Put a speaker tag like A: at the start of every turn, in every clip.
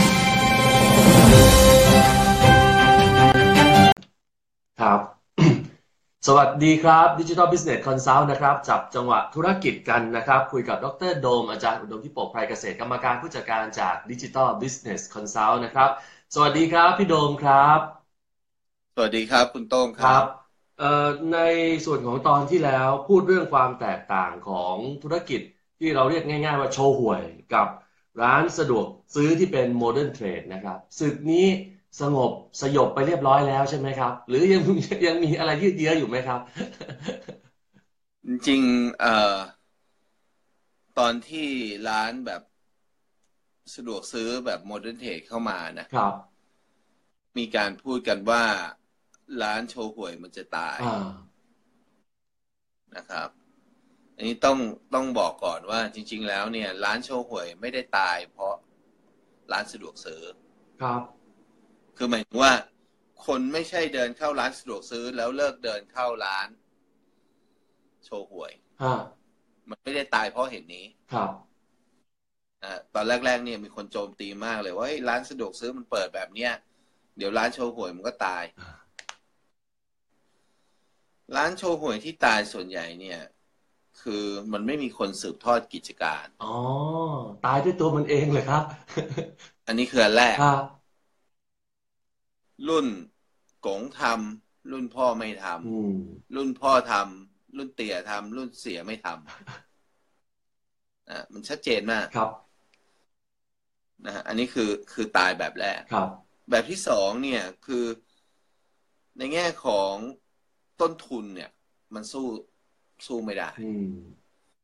A: สวัสดีครับดิจิทัลบิสเนสคอนซัลท์นะครับ จับจังหวะธุรกิจกันนะครับ คุยกับดรโดม อาจารย์อุดมที่ปกไพรเกษตรกรรมการผู้จัดการจากดิจิทัลบิสเนสคอนซัลท์นะครับ สวัสดีครับ พี่โดมครับ
B: สวัสดีครับ คุณโต้งค
A: ค
B: รั
A: รับ บเอ่อในส่วนของตอนที่แล้วพูดเรื่องความแตกต่างของธุรกิจที่เราเรียกง่ายๆว่าโชห่วยกับร้านสะดวกซื้อที่เป็นโมเดิร์นเทรดนะครับศึกนี้สงบสยบไปเรียบร้อยแล้วใช่ไหมครับ หรือยัง ยังมีอะไรยืดเยื้ออยู่ไหมครับ
B: จริงๆเอ่อตอนที่ร้านแบบสะดวกซื้อแบบโมเดิร์นเทรดเข้ามานะ
A: ครับ
B: มีการพูดกันว่าร้านโชห่วยมันจะตาย
A: อ่า
B: นะครับ อันนี้ต้องต้องบอกก่อนว่าจริง ๆ แล้วเนี่ย ร้านโชห่วยไม่ได้ตาย เพราะร้านสะดวกซื้อ
A: ครับ
B: คือหมายถึงว่า คนไม่ใช่เดินเข้าร้านสะดวกซื้อ แล้วเลิกเดินเข้าร้าน โชห่วย
A: ฮะ
B: มันไม่ได้ตายเพราะเหตุนี้
A: ครับ
B: อ่าตอนแรกๆเนี่ยมีคนโจมตีมากเลยว่าเฮ้ยร้านสะดวกซื้อมันเปิดแบบเนี้ยเดี๋ยวร้านโชว์หวยมันก็ตาย ร้านโชว์หวยที่ตายส่วนใหญ่เนี่ย คือมันไม่มีคนสืบทอดกิจการ
A: อ๋อตายด้วยตัวมันเองเลยครับ
B: อันนี้คืออันแรก
A: ครับ
B: รุ่นกงทำรุ่นพ่อไม่ท
A: อืม
B: ำรุ่นพ่อทำรุ่นเตี่ยทำรุ่นเสียไม่ทำอ่ะมันชัดเจนมาก
A: ครับ
B: นะฮะอันนี้คือคือตายแบบแรก
A: ครับ
B: แบบที่สองเนี่ยคือในแง่ของต้นทุนเนี่ย มันสู้สู้ไม่ได้
A: อืม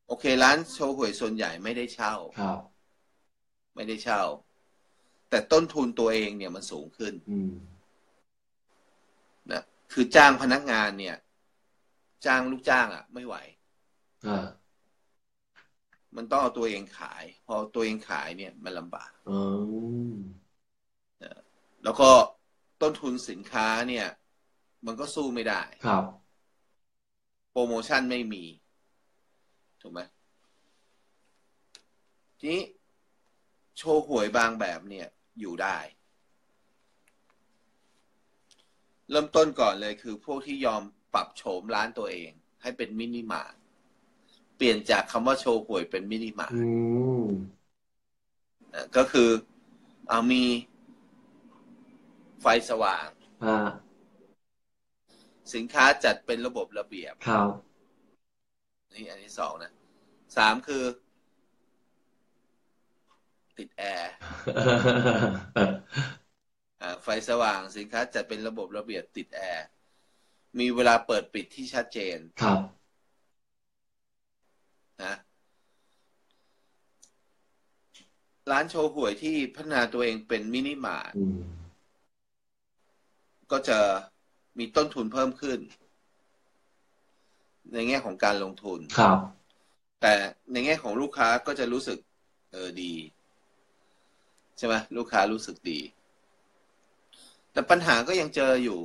B: โอเค ร้านโชห่วยส่วนใหญ่ไม่ได้เช่า
A: ครับ
B: ไม่ได้เช่า แต่ต้นทุนตัวเองเนี่ยมันสูงขึ้น
A: อืม
B: นะคือจ้างพนักงานเนี่ย จ้างลูกจ้างอะ่ะ ไม่ไหว
A: อ่า
B: มันต้องเอาตัวเองขาย พอตัวเองขายเนี่ย มันลำบาก
A: อืม
B: แล้วก็ต้นทุนสินค้าเนี่ย มันก็สู้ไม่ได้
A: ครับ
B: โปรโมชั่นไม่มี ถูกไหมทีนี้โชว์หวยบางแบบเนี่ย อยู่ได้ เริ่มต้นก่อนเลยคือพวกที่ยอมปรับโฉมร้านตัวเอง ให้เป็นมินิมาร์ทเปลี่ยนจากคำว่าโชว์หวยเป็นมินิมาร์ท
A: อืม
B: นะก็คือเอามีไฟสว่าง
A: อ่า
B: สินค้าจัดเป็นระบบระเบียบ
A: ครับ
B: นี่อันที่สองนะสามคือ ติดแอร์อ่าไฟสว่างสินค้าจัดเป็นระบบระเบียบติดแอร์ มีเวลาเปิดปิดที่ชัดเจน
A: ครับ
B: นะร้านโชว์หวยที่พัฒนาตัวเองเป็นมินิมาร์ท
A: อืม
B: ก็จะมีต้นทุนเพิ่มขึ้น ในแง่ของการลงทุน
A: ครับ
B: แต่ในแง่ของลูกค้าก็จะรู้สึก เออดี ใช่ไหมลูกค้ารู้สึกดี แต่ปัญหาก็ยังเจออยู่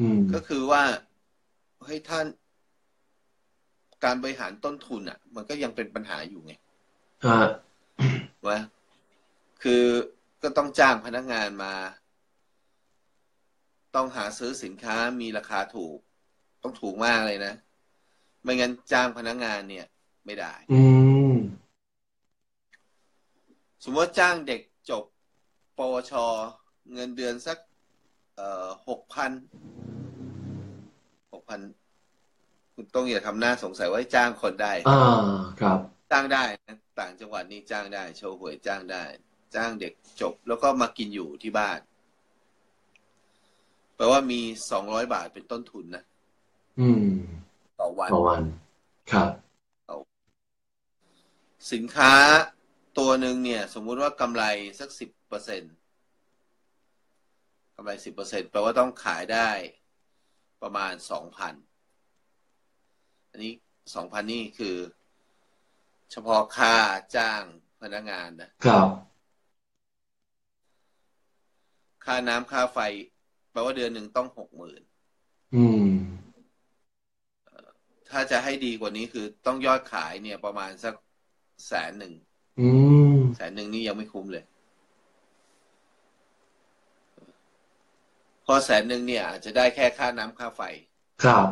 A: อืม
B: ก็คือว่าเฮ้ยท่าน การบริหารต้นทุนอ่ะ มันก็ยังเป็นปัญหาอยู่ไง
A: อ่า
B: ว่าคือก็ต้องจ้างพนักงานมา ต้องหาซื้อสินค้ามีราคาถูก ต้องถูกมากเลยนะ ไม่งั้นจ้างพนักงานเนี่ย ไม่ได้
A: อืม
B: สมมติว่าจ้างเด็กจบ ปวช เงินเดือนสัก เอ่อหกพันหกพันคุณต้องอย่าทำหน้าสงสัยว่าจ้างคนได้
A: อ่า ครับ
B: จ้างได้นะต่างจังหวัดนี่จ้างได้ โชว์หวยจ้างได้ จ้างเด็กจบ แล้วก็มากินอยู่ที่บ้าน แปลว่ามีสองร้อยบาทเป็นต้นทุนนะ
A: อืม
B: ต่อวัน
A: ต่อวัน ครับ
B: สินค้าตัวหนึ่งเนี่ย สมมุติว่ากำไรสักสิบเปอร์เซ็นกำไรสิบเปอร์เซ็นแปลว่าต้องขายได้ประมาณสองพันอันนี้สองพันนี่คือ เฉพาะค่าจ้างพนักงานนะ
A: ครับ
B: ค่าน้ำค่าไฟ แปลว่าเดือนหนึ่งต้องหกหมื่น
A: อืม
B: ถ้าจะให้ดีกว่านี้คือต้องยอดขายเนี่ยประมาณสักแสนหนึ่ง
A: อืม
B: แสนหนึ่งนี่ยังไม่คุ้มเลย เพอแสนหนึ่งเนี่ยอาจจะได้แค่ค่าน้ำค่าไฟ
A: ครับ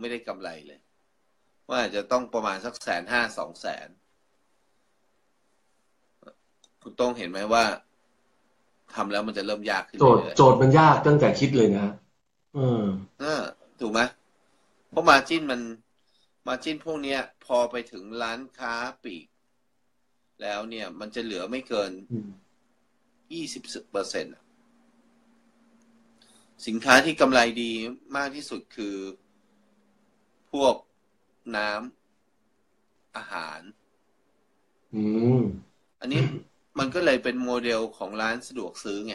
B: ไม่ได้กำไรเลย ว่าอาจจะต้องประมาณสักแสนห้าสองแสนคุณโต้องเห็นไหมว่าทำแล้วมันจะเริ่มยากขึ้น
A: โจทย์
B: เรื่อยๆ
A: โจทย์มันยากตั้งแต่คิดเลยนะฮะเออ
B: เออถูกไหมเพราะมาจิ้นมันมาจิ้นพวกเนี้ย พอไปถึงร้านค้าปลีก แล้วเนี่ย มันจะเหลือไม่เกินยี่สิบเปอร์เซ็นต์สินค้าที่กำไรดีมากที่สุดคือ พวกน้ำอาหาร
A: อืม
B: อันนี้มันก็เลยเป็นโมเดลของร้านสะดวกซื้อไง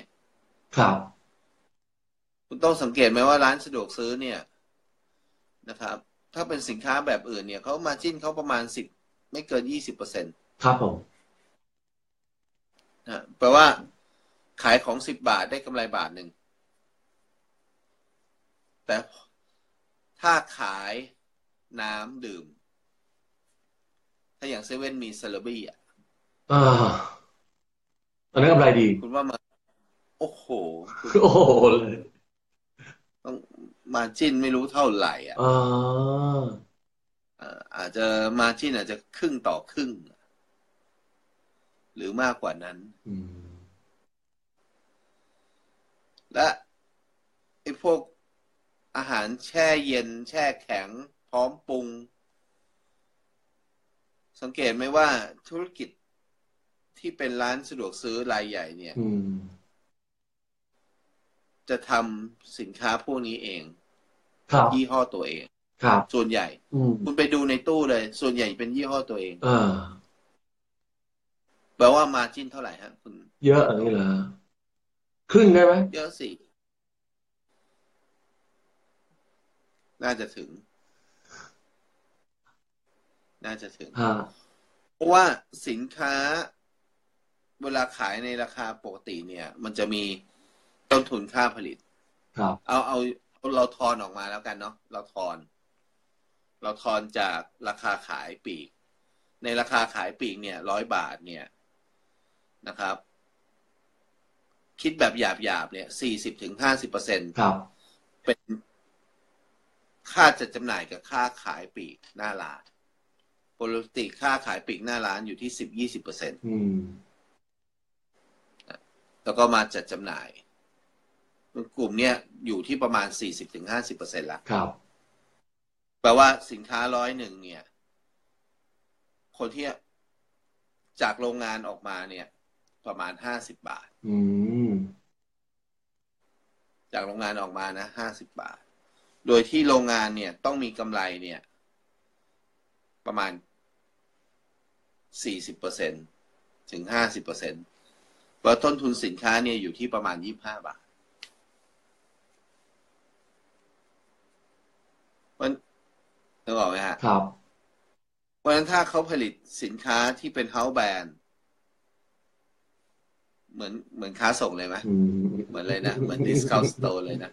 A: ครับ
B: คุณต้องสังเกตไหมว่าร้านสะดวกซื้อเนี่ยนะครับ ถ้าเป็นสินค้าแบบอื่นเนี่ยเขามาจิ้นเขาประมาณสิบไม่เกินยี่สิบเปอร์เซ็นต์
A: ครับผม
B: นะแปลว่าขายของสิบบาทได้กำไรบาทหนึ่ง แต่ถ้าขายน้ำดื่ม ถ้าอย่างเซเว่นมีเซเลบี้อ่ะ
A: อ่าอันนั้นกำไรดี
B: คุณว่ามา โอ้โหคุณ
A: โอ้โหเลย
B: ต้องมาจิ้นไม่รู้เท่าไหร่อ่ะ
A: อ่า
B: เอ่ออาจจะมาจิ้นอาจจะครึ่งต่อครึ่ง หรือมากกว่านั้น
A: อืม
B: และไอ้พวกอาหารแช่เย็น แช่แข็ง พร้อมปรุง สังเกตไหมว่าธุรกิจที่เป็นร้านสะดวกซื้อรายใหญ่เนี่ย
A: อืม
B: จะทำสินค้าพวกนี้เอง
A: ครับ
B: ยี่ห้อตัวเอง
A: ครับ
B: ส่วนใหญ่
A: อืม
B: คุณไปดูในตู้เลย ส่วนใหญ่เป็นยี่ห้อตัวเอง
A: อ่า
B: แปลว่ามาจิ้นเท่าไหร่ฮะคุณ
A: เยอะอันนี้เหรอครึ่งได้ไหม
B: เยอะสิ น่าจะถึง น่าจะถึง
A: ฮะ
B: เพราะว่าสินค้าเวลาขายในราคาปกติเนี่ย มันจะมีต้นทุนค่าผลิต
A: ครับ
B: เอาเอาเอาเราทอนออกมาแล้วกันเนาะเราทอน เราทอนจากราคาขายปลีก ในราคาขายปลีกเนี่ยร้อยบาทเนี่ยนะครับ คิดแบบหยาบหยาบๆเนี่ยสี่สิบถึงห้าสิบเปอร์เซ็น
A: ครับ
B: เป็นค่าจัดจำหน่ายกับค่าขายปลีกหน้าร้านปกติค่าขายปลีกหน้าร้านอยู่ที่สิบยี่สิบเปอร์เซ็น
A: อืม
B: แล้วก็มาจัดจำหน่าย กลุ่มเนี้ยอยู่ที่ประมาณ 40-50%ละ
A: ครับ
B: แปลว่าสินค้าร้อยหนึ่งเนี่ย คนที่จากโรงงานออกมาเนี่ย ประมาณ 50 บาท
A: อืม
B: จากโรงงานออกมานะ 50 บาท โดยที่โรงงานเนี่ยต้องมีกำไรเนี่ย ประมาณ 40%ถึง 50%เพราะต้นทุนสินค้าเนี่ยอยู่ที่ประมาณ 25 บาท มันนึกออกไหมฮะ
A: ครับ
B: เพราะฉะนั้นถ้าเขาผลิตสินค้าที่เป็นเฮาส์แบรนด์เหมือนเหมือนค้าส่งเลยไหม
A: อืม
B: เหมือนเลยนะ เหมือน discount store เลยนะ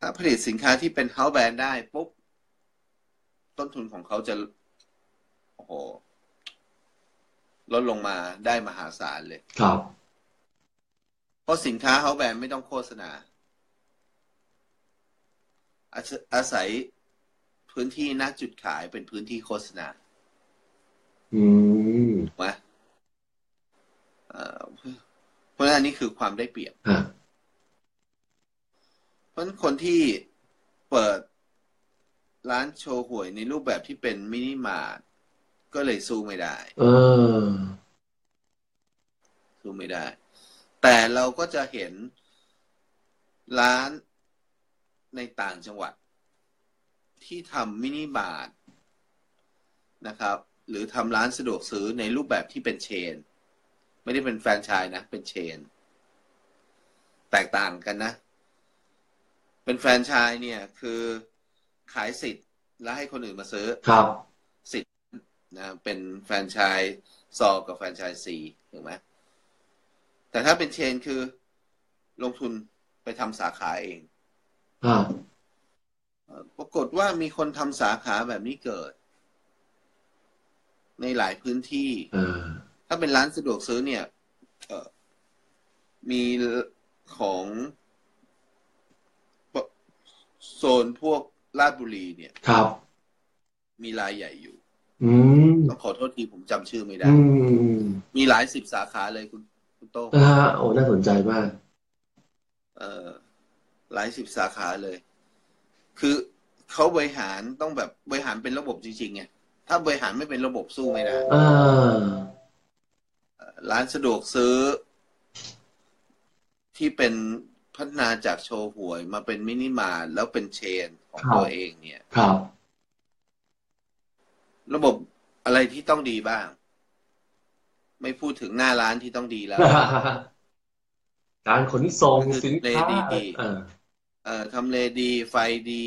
B: ถ้าผลิตสินค้าที่เป็น house brand ได้ปุ๊บ ต้นทุนของเขาจะ โอ้โห ลดลงมาได้มหาศาลเลย
A: ครับ
B: เพราะสินค้า house brand ไม่ต้องโฆษณา อาศอาศัยพื้นที่ณจุดขายเป็นพื้นที่โฆษณา
A: อืม
B: ถูกไหมเอ่อเพราะฉะนั้นอันนี้คือความได้เปรียบ
A: ฮะ
B: เพราะฉะนั้นคนที่เปิดร้านโชว์หวยในรูปแบบที่เป็นมินิมาร์ทก็เลยสู้ไม่ได้
A: เออ
B: สู้ไม่ได้ แต่เราก็จะเห็นร้านในต่างจังหวัด ที่ทำมินิมาร์ทนะครับ หรือทำร้านสะดวกซื้อในรูปแบบที่เป็นเชน ไม่ได้เป็นแฟรนไชส์นะ เป็นเชน แตกต่างกันนะ เป็นแฟรนไชส์เนี่ยคือขายสิทธิ์แล้วให้คนอื่นมาซื้อ
A: ครับ
B: สิทธิ์นะเป็นแฟรนไชส์ซอกับแฟรนไชส์ซีถูกไหมแต่ถ้าเป็นเชนคือลงทุนไปทำสาขาเอง
A: ฮะ
B: เอ่อปรากฏว่ามีคนทำสาขาแบบนี้เกิด ในหลายพื้นที่
A: เออ
B: ถ้าเป็นร้านสะดวกซื้อเนี่ยเอ่อมีของโซนพวก ลาดบุรีเนี่ย
A: ครับ
B: มีรายใหญ่อยู่
A: อืม
B: ต้องขอโทษทีผมจำชื่อไม่ได้
A: อืม
B: มีหลายสิบสาขาเลยคุณคุณโต้ง
A: นะฮะโอ้น่าสนใจมาก
B: เออหลายสิบสาขาเลย คือเขาบริหารต้องแบบบริหารเป็นระบบจริงๆไงถ้าบริหารไม่เป็นระบบสู้ไม่ได้
A: เออ
B: ร้านสะดวกซื้อ ที่เป็นพัฒนาจากโชว์หวยมาเป็นมินิมาร์ทแล้วเป็นเชนของ
A: ครับ
B: ตัวเองเนี่ย
A: ครับ
B: ระบบอะไรที่ต้องดีบ้าง ไม่พูดถึงหน้าร้านที่ต้องดี แล้ว
A: การขนส่ง
B: คือ
A: สินค้า
B: ในดีๆ
A: เออ
B: เอ่อทำเลดี ไฟดี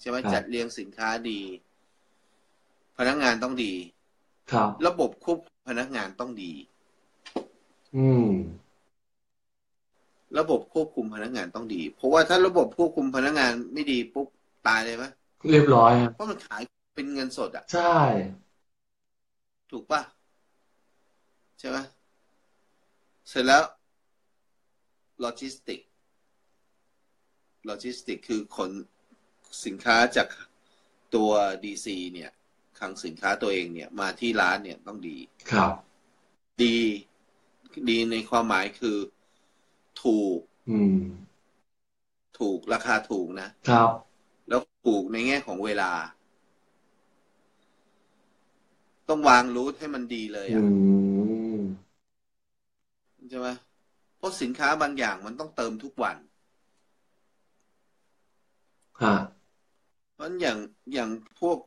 B: ใช่ไหม
A: ครับ
B: จัดเรียงสินค้าดี พนักงานต้องดี
A: ครับ
B: ระบบควบคุมพนักงานต้องดี
A: อืม
B: ระบบควบคุมพนักงานต้องดี เพราะว่าถ้าระบบควบคุมพนักงานไม่ดีปุ๊บตายเลยปะ
A: เรียบร้อยครับ
B: เพราะมันขายเป็นเงินสดอะ
A: ใช่
B: ถูกป่ะ ใช่ป่ะ เสร็จแล้วโลจิสติกโลจิสติกคือขนสินค้าจากตัวดีซีเนี่ยคลังสินค้าตัวเองเนี่ย มาที่ร้านเนี่ยต้องดี
A: ครับ
B: ดี ดีในความหมายคือ ถูก
A: อืม
B: ถูกราคาถูกนะ
A: ครับ
B: แล้วถูกในแง่ของเวลา ต้องวางรูทให้มันดีเลย
A: อื
B: อะ
A: ม
B: ใช่ไหมเพราะสินค้าบางอย่างมันต้องเติมทุกวัน
A: ฮะ
B: เพราะฉะนั้นอย่างอย่างพวก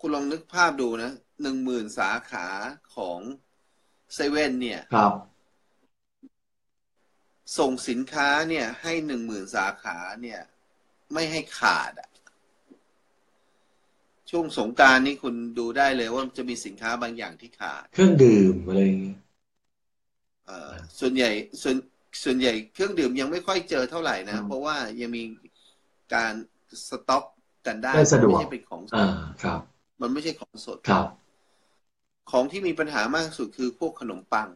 B: คุณลองนึกภาพดูนะหนึ่งหมื่นสาขาของเซเว่นเนี่ย
A: ครับ
B: ส่งสินค้าเนี่ย ให้หนึ่งหมื่นสาขาเนี่ย ไม่ให้ขาดอะช่วงสงกรารนี่คุณดูได้เลยว่ามันจะมีสินค้าบางอย่างที่ขาด
A: เครื่องดื่มอะไรอย่างเงี้ย
B: เอ่อส่วนใหญ่ส่วนส่วนใหญ่เครื่องดื่มยังไม่ค่อยเจอเท่าไหร่นะ
A: อืม
B: เพราะว่ายังมีการสต็อกกันได้
A: ได้สะดวก
B: มันไม่ใช่เป็นของสด
A: อ่า ครับ
B: มันไม่ใช่ของสด
A: ครับ
B: ของที่มีปัญหามากที่สุดคือพวกขนมปัง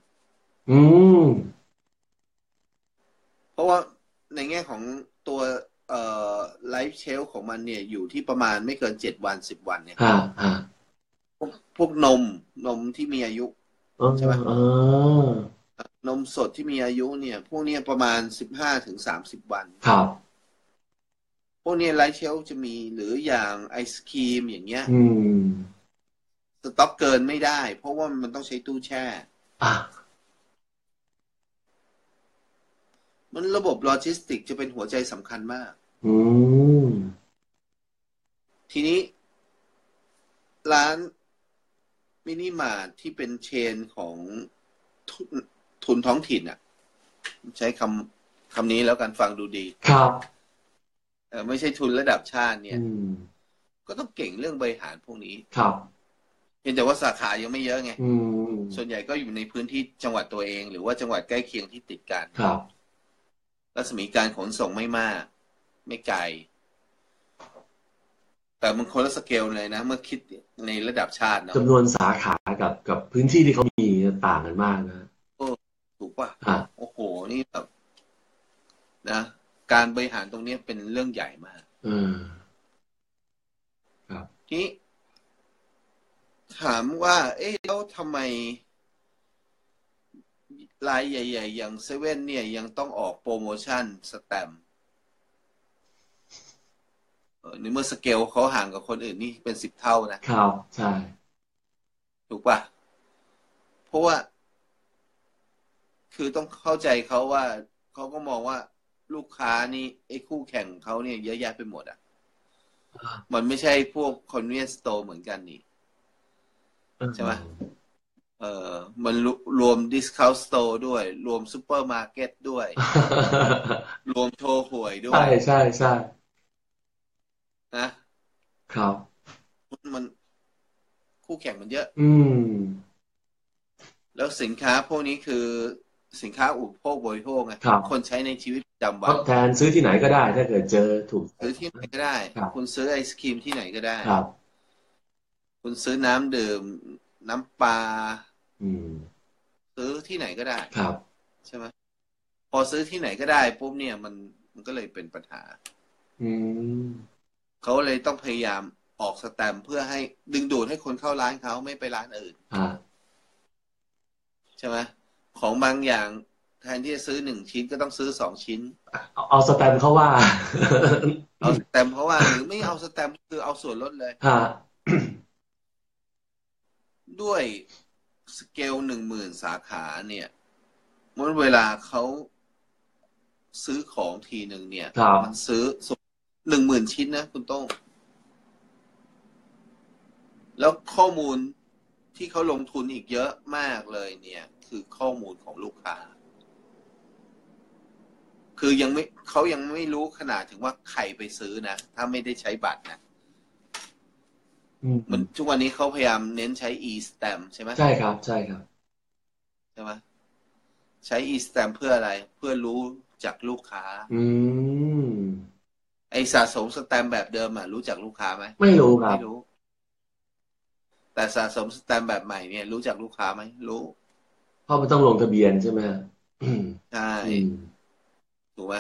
A: อืม
B: เพราะว่าในแง่ของตัวเอ่อไลฟ์เชลของมันเนี่ยอยู่ที่ประมาณไม่เกินเจ็ดวันสิบวันเนี่ย
A: ฮะ ฮะ
B: พวกพวกนมนมที่มีอายุ
A: เออ
B: ใช่ไหม
A: เออน
B: มสดที่มีอายุเนี่ย พวกเนี้ยประมาณสิบห้าถึงสามสิบวัน
A: ครับ
B: พวกเนี้ยไลฟ์เชลจะมีหรืออย่างไอศครีมอย่างเงี้ย
A: อืม
B: สต็อกเกินไม่ได้ เพราะว่ามันต้องใช้ตู้แช่
A: อ่ะ
B: มันระบบโลจิสติกจะเป็นหัวใจสำคัญมาก
A: อืม
B: ทีนี้ ร้านมินิมาร์ทที่เป็นเชนของทุนทุนท้องถิ่นอ่ะ ใช้คำคำนี้แล้วกันฟังดูดี
A: ครับ
B: เออไม่ใช่ทุนระดับชาติเนี่ย
A: อืม
B: ก็ต้องเก่งเรื่องบริหารพวกนี้
A: ครับ
B: เพียงแต่ว่าสาขายังไม่เยอะไง
A: อืม
B: ส่วนใหญ่ก็อยู่ในพื้นที่จังหวัดตัวเอง หรือว่าจังหวัดใกล้เคียงที่ติดกัน
A: ครับ
B: รัศมีการขนส่งไม่มาก ไม่ไกล แต่มันคนละสเกลเลยนะ เมื่อคิดในระดับชาติเนาะ
A: จำนวนสาขากับกับพื้นที่ที่เขามีต่างกันมากนะ
B: ถูกป่ะ
A: อ่ะ
B: โอ้โห นี่แบบนะ การบริหารตรงเนี้ยเป็นเรื่องใหญ่มาก
A: เออ
B: ทีนี้ถามว่า เอ๊ะแล้วทำไมรายใหญ่ ๆ อย่างเซเว่นเนี่ยยังต้องออกโปรโมชั่นสแตมป์เออในเมื่อสเกลเขาห่างกับคนอื่นนี่เป็นสิบเท่านะ
A: ครับ ใช่
B: ถูกป่ะ เพราะว่า คือต้องเข้าใจเขาว่า เขาก็มองว่าลูกค้านี่ไอ้คู่แข่งของเขาเนี่ยเยอะแยะไปหมดอ่ะ
A: อ่า
B: มันไม่ใช่พวกคอนเวนสโตเหมือนกันนี่ ใช่ไหม เออ มันรวรวมดิสคาวสโตด้วย รวมซูเปอร์มาร์เก็ตด้วย รวมโชว์หวยด้ว
A: ใช่
B: ย
A: ใช่ใช่
B: นะ
A: ครับ
B: มันคู่แข่งมันเยอะ
A: อืม
B: แล้วสินค้าพวกนี้คือสินค้าอุปโภคบริโภคไง
A: ครับ
B: คนใช้ในชีวิตประจำ
A: ท
B: วัน
A: ดแทนซื้อที่ไหนก็ได้ ถ้าเกิดเจอถูก
B: ซื้อที่ไหนก็ได้
A: ครับ
B: คุณซื้อไอศครีมที่ไหนก็ได้
A: ครับ
B: คุณซื้อน้ำดื่ม น้ำปลา
A: อืม
B: ซื้อที่ไหนก็ได้
A: ครับ
B: ใช่ไหมพอซื้อที่ไหนก็ได้ปุ๊บเนี่ยมันมันก็เลยเป็นปัญหา
A: อืม
B: เขาเลยต้องพยายามออกสแตมป์เพื่อให้ดึงดูดให้คนเข้าร้านเขาไม่ไปร้านอื่น
A: อ่า
B: ใช่ไหมของบางอย่างแทนที่จะซื้อหนึ่งชิ้นก็ต้องซื้อสองชิ้น
A: เอาเอาสแตมป์เขาว่า
B: เอาสแตมป์เพราะว่าหรือไม่เอาสแตมป์คือเอาส่วนลดเลย
A: ฮะ
B: ด้วยสเกลหนึ่งหมื่นสาขาเนี่ยเมื่อเวลาเขาซื้อของทีหนึ่งเนี่ย
A: ครับ
B: มันซื้อหนึ่งหมื่นชิ้นนะคุณโต้ง แล้วข้อมูลที่เขาลงทุนอีกเยอะมากเลยเนี่ย คือข้อมูลของลูกค้า คือยังไม่เขายังไม่รู้ขนาดถึงว่าใครไปซื้อนะ ถ้าไม่ได้ใช้บัตรนะ
A: อืม
B: เหมือนทุกวันนี้เขาพยายามเน้นใช้ e-stamp ใช่ไหม
A: ใช่ครับ ใช่ครับ
B: ใช่ไหมใช้ e-stamp เพื่ออะไร เพื่อรู้จากลูกค้า
A: อืม
B: ไอสะสมสแตมป์แบบเดิมอ่ะรู้จักลูกค้าไหม
A: ไม่รู้ครับ
B: ไม่รู้ แต่สะสมสแตมป์แบบใหม่เนี่ย รู้จักลูกค้าไหมรู้
A: เพราะมันต้องลงทะเบียนใช่ไหมฮะอืม
B: ใช่
A: อืม
B: ถูกไหม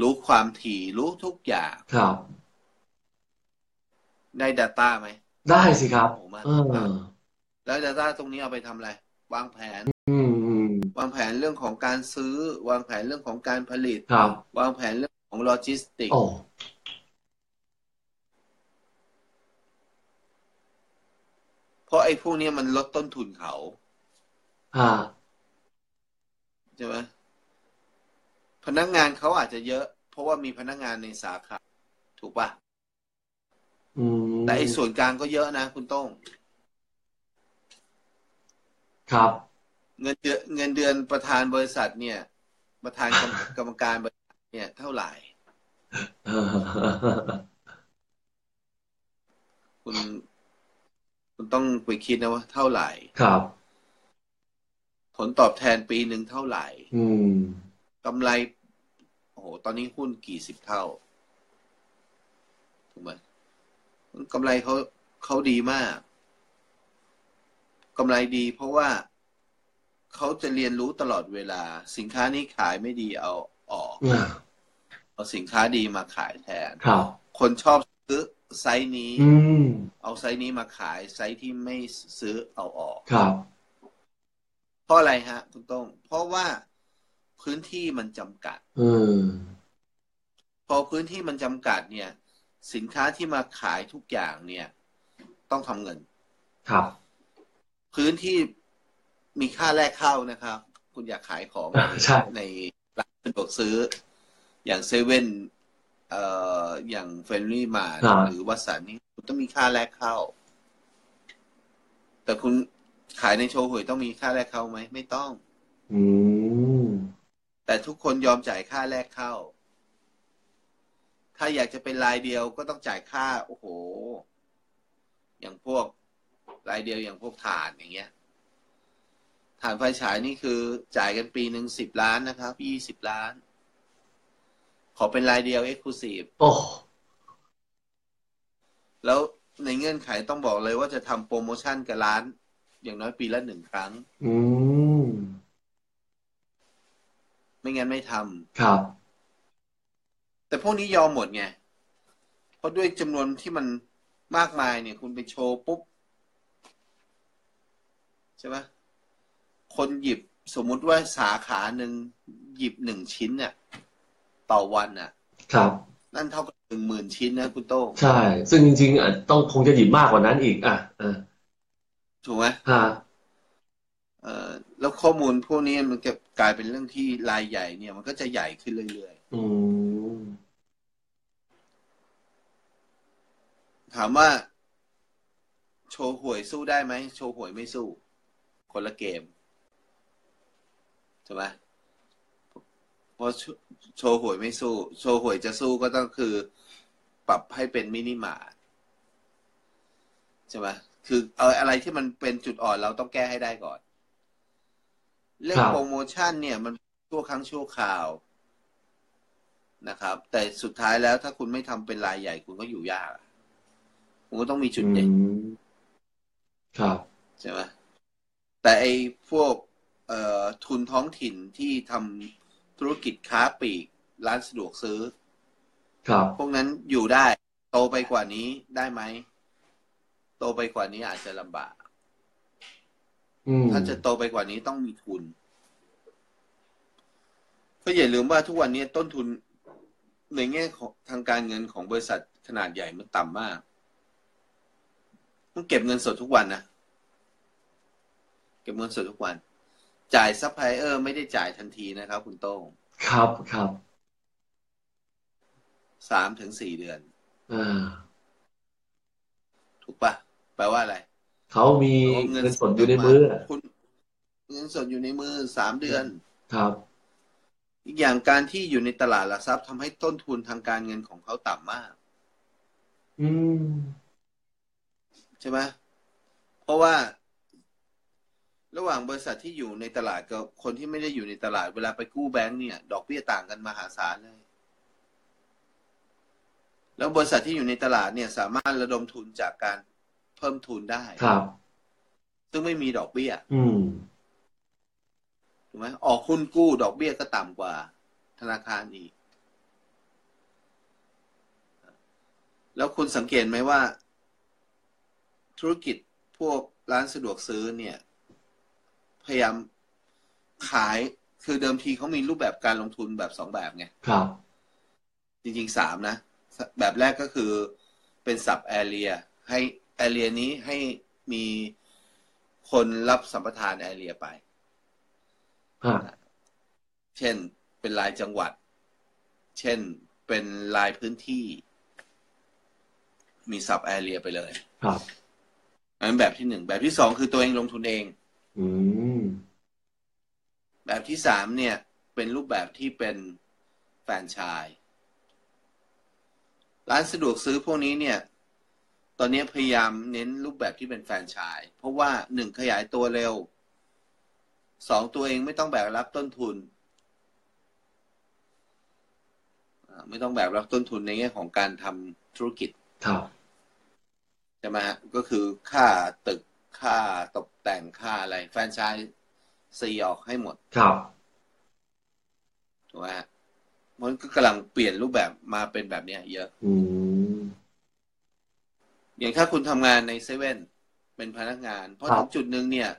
B: รู้ความถี่รู้ทุกอย่าง
A: ครับ
B: ได้ Data ไหม
A: ได้สิครับ
B: โอ้มาก
A: เออ
B: แล้ว Data ตรงนี้เอาไปทำอะไรวางแผน
A: อืมอืม
B: วางแผนเรื่องของการซื้อ วางแผนเรื่องของการผลิต
A: ครับ
B: วางแผนเรื่องของโลจิสติก
A: โอ้
B: เพราะไอ้พวกเนี้ยมันลดต้นทุนเขา
A: ฮะ
B: ใช่ไหมพนักงานเขาอาจจะเยอะ เพราะว่ามีพนักงานในสาขาถูกปะ่ะ
A: อืม
B: แต่ไอ้ส่วนกลางก็เยอะนะคุณโต้ง
A: ครับ
B: เงินเดือนเงินเดือนประธานบริษัทเนี่ย ประธานกรรม กรรมการบริษัทเนี่ยเท่าไหร่ คุณ คุณต้องไปคิดนะว่าเท่าไหร่
A: ครับ
B: ผลตอบแทนปีหนึ่งเท่าไหร่
A: อืม
B: กำไร โอ้โห ตอนนี้หุ้นกี่สิบเท่าถูกไหมกำไรเขาเขาดีมากกำไรดีเพราะว่าเขาจะเรียนรู้ตลอดเวลา สินค้านี้ขายไม่ดีเอาออก เอาสินค้าดีมาขายแทน
A: ครับ
B: คนชอบซื้อไซส์นี้
A: อืม
B: เอาไซส์นี้มาขาย ไซส์ที่ไม่ซื้อเอาออก
A: ครับ
B: เพราะอะไรฮะคุณโต้งเพราะว่าพื้นที่มันจำกัด
A: อืม
B: พอพื้นที่มันจำกัดเนี่ย สินค้าที่มาขายทุกอย่างเนี่ย ต้องทำเงิน
A: ครับ
B: พื้นที่มีค่าแรกเข้านะครับ คุณอยากขายของ
A: อ่าใช่
B: ในร้านสะดวกซื้อ อย่างเซเว่นเอ่ออย่างเฟรนลี่มาหรือวัสันนี่คุณต้องมีค่าแรกเข้า แต่คุณขายในโชว์หวยต้องมีค่าแรกเข้าไหมไม่ต้อง
A: อืม
B: แต่ทุกคนยอมจ่ายค่าแรกเข้า ถ้าอยากจะเป็นรายเดียวก็ต้องจ่ายค่า โอ้โห อย่างพวกรายเดียวอย่างพวกฐานอย่างเงี้ยฐานไฟฉายนี่คือจ่ายกันปีหนึ่งสิบล้านนะครับยี่สิบ20 ล้าน ขอเป็นรายเดียวเอ็กซ์คลูซีฟ
A: โอ้
B: แล้วในเงื่อนไขต้องบอกเลยว่าจะทำโปรโมชั่นกับร้าน อย่างน้อยปีละหนึ่งครั้ง
A: อืม
B: ไม่งั้นไม่ทำ
A: ครับ
B: แต่พวกนี้ยอมหมดไง เพราะด้วยจำนวนที่มันมากมายเนี่ย คุณไปโชว์ปุ๊บ ใช่ไหมคนหยิบสมมุติว่าสาขาหนึ่งหยิบหนึ่งชิ้นเนี่ยต่อวันน่ะ
A: ครับ
B: นั่นเท่ากับหนึ่งหมื่นชิ้นนะคุณโต้ง
A: ใช่ ซึ่งจริงๆอ่ะต้องคงจะหยิบมากกว่านั้นอีก อ่ะอ่ะ
B: ถูกไหม
A: ฮะ
B: เออแล้วข้อมูลพวกนี้มันจะกลายเป็นเรื่องที่รายใหญ่เนี่ย มันก็จะใหญ่ขึ้นเรื่อย
A: อืม
B: ๆ ถามว่า โชว์หวยสู้ได้ไหมโชว์หวยไม่สู้ คนละเกมใช่ไหมเพราะโชโชว์หวยไม่สู้ โชว์หวยจะสู้ก็ต้องคือ ปรับให้เป็นมินิมาร์ทใช่ไหมคือเอาอะไรที่มันเป็นจุดอ่อนเราต้องแก้ให้ได้ก่อน เรื่อง
A: ครับ
B: โปรโมชั่นเนี่ย มันชั่วครั้งชั่วคราวนะครับ แต่สุดท้ายแล้วถ้าคุณไม่ทำเป็นรายใหญ่คุณก็อยู่ยากอะคุณก็ต้องมีจุด
A: อื
B: เด่น
A: ม ครับ
B: ใช่ไหมแต่ไอ้พวกเอ่อทุนท้องถิ่นที่ทำธุรกิจค้าปลีกร้านสะดวกซื้อ
A: ครับ
B: พวกนั้นอยู่ได้ โตไปกว่านี้ได้ไหม โตไปกว่านี้อาจจะลำบาก
A: อืม
B: ถ้าจะโตไปกว่านี้ต้องมีทุน ก็อย่าลืมว่าทุกวันนี้ต้นทุนในแง่ของทางการเงินของบริษัทขนาดใหญ่มันต่ำมากต้องเก็บเงินสดทุกวันนะเก็บเงินสดทุกวัน จ่ายซัพพลายเออร์ไม่ได้จ่ายทันทีนะครับ คุณโต้ง
A: ครับครับ
B: สามถึงสี่เดือน
A: อ่า
B: ถูกปะแปลว่าอะไร
A: เขามี
B: แปลว่า
A: เงินสดอยู่ในมือ
B: คุณ เงินสดอยู่ในมือสามเดือน
A: ครับ
B: อีกอย่างการที่อยู่ในตลาดหลักทรัพย์ทำให้ต้นทุนทางการเงินของเขาต่ำมาก
A: อืม
B: ใช่ไหมเพราะว่า ระหว่างบริษัทที่อยู่ในตลาดกับคนที่ไม่ได้อยู่ในตลาดเวลาไปกู้แบงก์เนี่ย ดอกเบี้ยต่างกันมหาศาลเลย แล้วบริษัทที่อยู่ในตลาดเนี่ย สามารถระดมทุนจากการเพิ่มทุนได้
A: ครับ
B: ซึ่งไม่มีดอกเบี้ย
A: อืม
B: ถูกไหมออกหุ้นกู้ดอกเบี้ยก็ต่ำกว่า ธนาคารอีก แล้วคุณสังเกตไหมว่า ธุรกิจพวกร้านสะดวกซื้อเนี่ย พยายามขายคือเดิมทีเขามีรูปแบบการลงทุนแบบสองแบบไง
A: ครับ
B: จริงๆสามนะ แบบแรกก็คือเป็นสับแอเรียให้แอเรียนี้ให้มีคนรับสัมปทานแอเรียไป
A: ฮะ
B: เช่นเป็นรายจังหวัด เช่นเป็นรายพื้นที่ มีสับแอเรียไปเลย
A: ครับ
B: อันนั้นแบบที่หนึ่ง แบบที่สองคือตัวเองลงทุนเอง
A: อืม
B: แบบที่สามเนี่ย เป็นรูปแบบที่เป็นแฟรนไชส์ร้านสะดวกซื้อพวกนี้เนี่ย ตอนนี้พยายามเน้นรูปแบบที่เป็นแฟรนไชส์เพราะว่าหนึ่งขยายตัวเร็วสองตัวเองไม่ต้องแบกรับต้นทุนอ่าไม่ต้องแบกรับต้นทุนในแง่ของการทำธุรกิจ
A: ครับ
B: ใช่ไหมฮะก็คือค่าตึกค่าตกแต่งค่าอะไร แฟรนไชส์ซีออกให้หมด
A: ครับ
B: ถูกไหมฮะมันก็กำลังเปลี่ยนรูปแบบมาเป็นแบบเนี้ยเยอะ
A: อืม
B: อย่างถ้าคุณทำงานในเซเว่นเป็นพนักงาน เพราะ
A: ครั
B: ถึ
A: บ
B: งจุดหนึ่งเนี่ย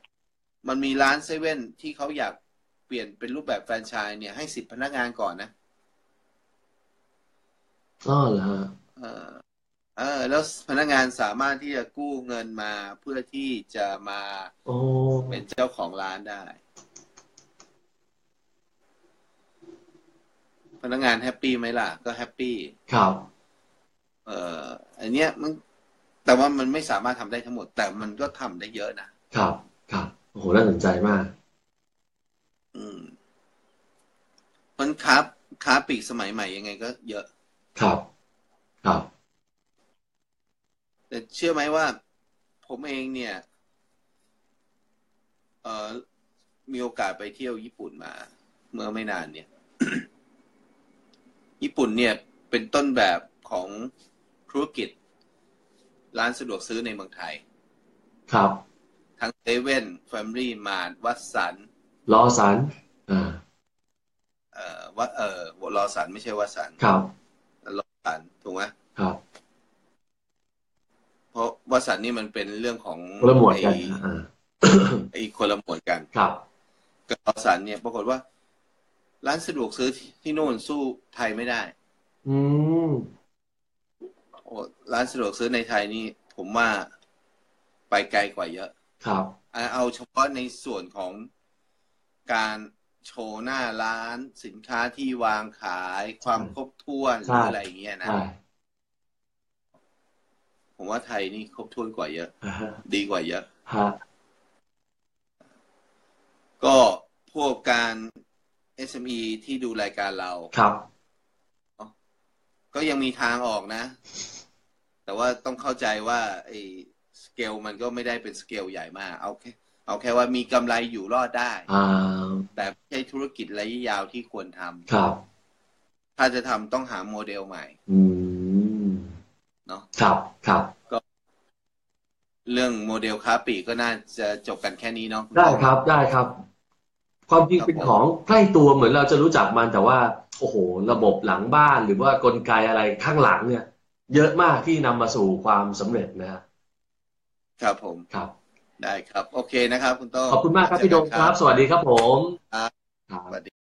B: มันมีร้านเซเว่นที่เขาอยากเปลี่ยนเป็นรูปแบบแฟรนไชส์เนี่ยให้สิบพนักงานก่อนนะ
A: อ๋อเหรอฮะ
B: เออเออ แล้วพนักงานสามารถที่จะกู้เงินมาเพื่อที่จะมา
A: โอ้
B: เป็นเจ้าของร้านได้ พนักงานแฮปปี้ไหมล่ะ ก็แฮปปี้
A: ครับ
B: เอ่ออันเนี้ยมันแต่ว่ามันไม่สามารถทำได้ทั้งหมด แต่มันก็ทำได้เยอะนะครับ
A: ครับ โอ้โห น่าสนใจมาก
B: อืมมันค้าค้าปลีกสมัยใหม่ยังไงก็เยอะ
A: ครับ ครับ
B: แต่เชื่อไหมว่า ผมเองเนี่ย เอ่อมีโอกาสไปเที่ยวญี่ปุ่นมา เมื่อไม่นานเนี่ย ญี่ปุ่นเนี่ย เป็นต้นแบบของธุรกิจ ร้านสะดวกซื้อในเมืองไทย
A: ครับ
B: ทั้งเซเว่นแฟมิลี่มาร์ทวัตสัน
A: รอสัน อ่า
B: เอ่อว่าเอ่อวอลอสันไม่ใช่วสัน
A: ครับ
B: ลอสันถูกไหม
A: ครับ
B: เพราะวสันนี่มันเป็นเรื่องของ
A: คนละหมวดกัน
B: ไอ้
A: นะอ่า
B: ไอ้คนละหมวดกัน
A: ครับ
B: กับวสันเนี่ยปรากฏว่า ร้านสะดวกซื้อที่ที่โน่นสู้ไทยไม่ได้
A: อืม
B: โอ้ร้านสะดวกซื้อในไทยนี่ ผมว่าไปไกลกว่าเยอะ
A: ครับ
B: อ่ะเอาเฉพาะในส่วนของการโชว์หน้าร้านสินค้าที่วางขายความครบถ้วนห
A: ใช่
B: รืออะไรอย่างเงี้ยนะ
A: ใช่
B: ผมว่าไทยนี่ครบถ้วนกว่าเยอะ
A: อ่าฮะ
B: ดีกว่าเยอะ
A: ฮะ
B: ก็พวกการ SME ที่ดูรายการเรา
A: ครับ
B: ก็ยังมีทางออกนะ แต่ว่าต้องเข้าใจว่าไอ้สเกลมันก็ไม่ได้เป็นสเกลใหญ่มาก เอาแค่เอาแค่ว่ามีกำไรอยู่รอดได้
A: อ่า
B: แต่ไม่ใช่ธุรกิจระยะยาวที่ควรท
A: ครับ
B: ำถ้าจะทำต้องหาโมเดลใหม่
A: อืม
B: เนาะ
A: ครับ ครับ
B: เรื่องโมเดลค้าปลีกก็น่าจะจบกันแค่นี้เนาะ
A: ได้ครับได้ครับ ความจริง
B: ครับ
A: เป็นของใกล้ตัวเหมือนเราจะรู้จักมันแต่ว่า โอ้โห ระบบหลังบ้านหรือว่ากลไกอะไรข้างหลังเนี่ย เยอะมากที่นำมาสู่ความสำเร็จนะครับ
B: ครับผม
A: ครับ
B: ได้ครับ โอเคนะครับ คุณโต้ง
A: ขอบคุณมากครับพี่โดมครับ สวัสดีครับผม
B: ครับ
A: ครับ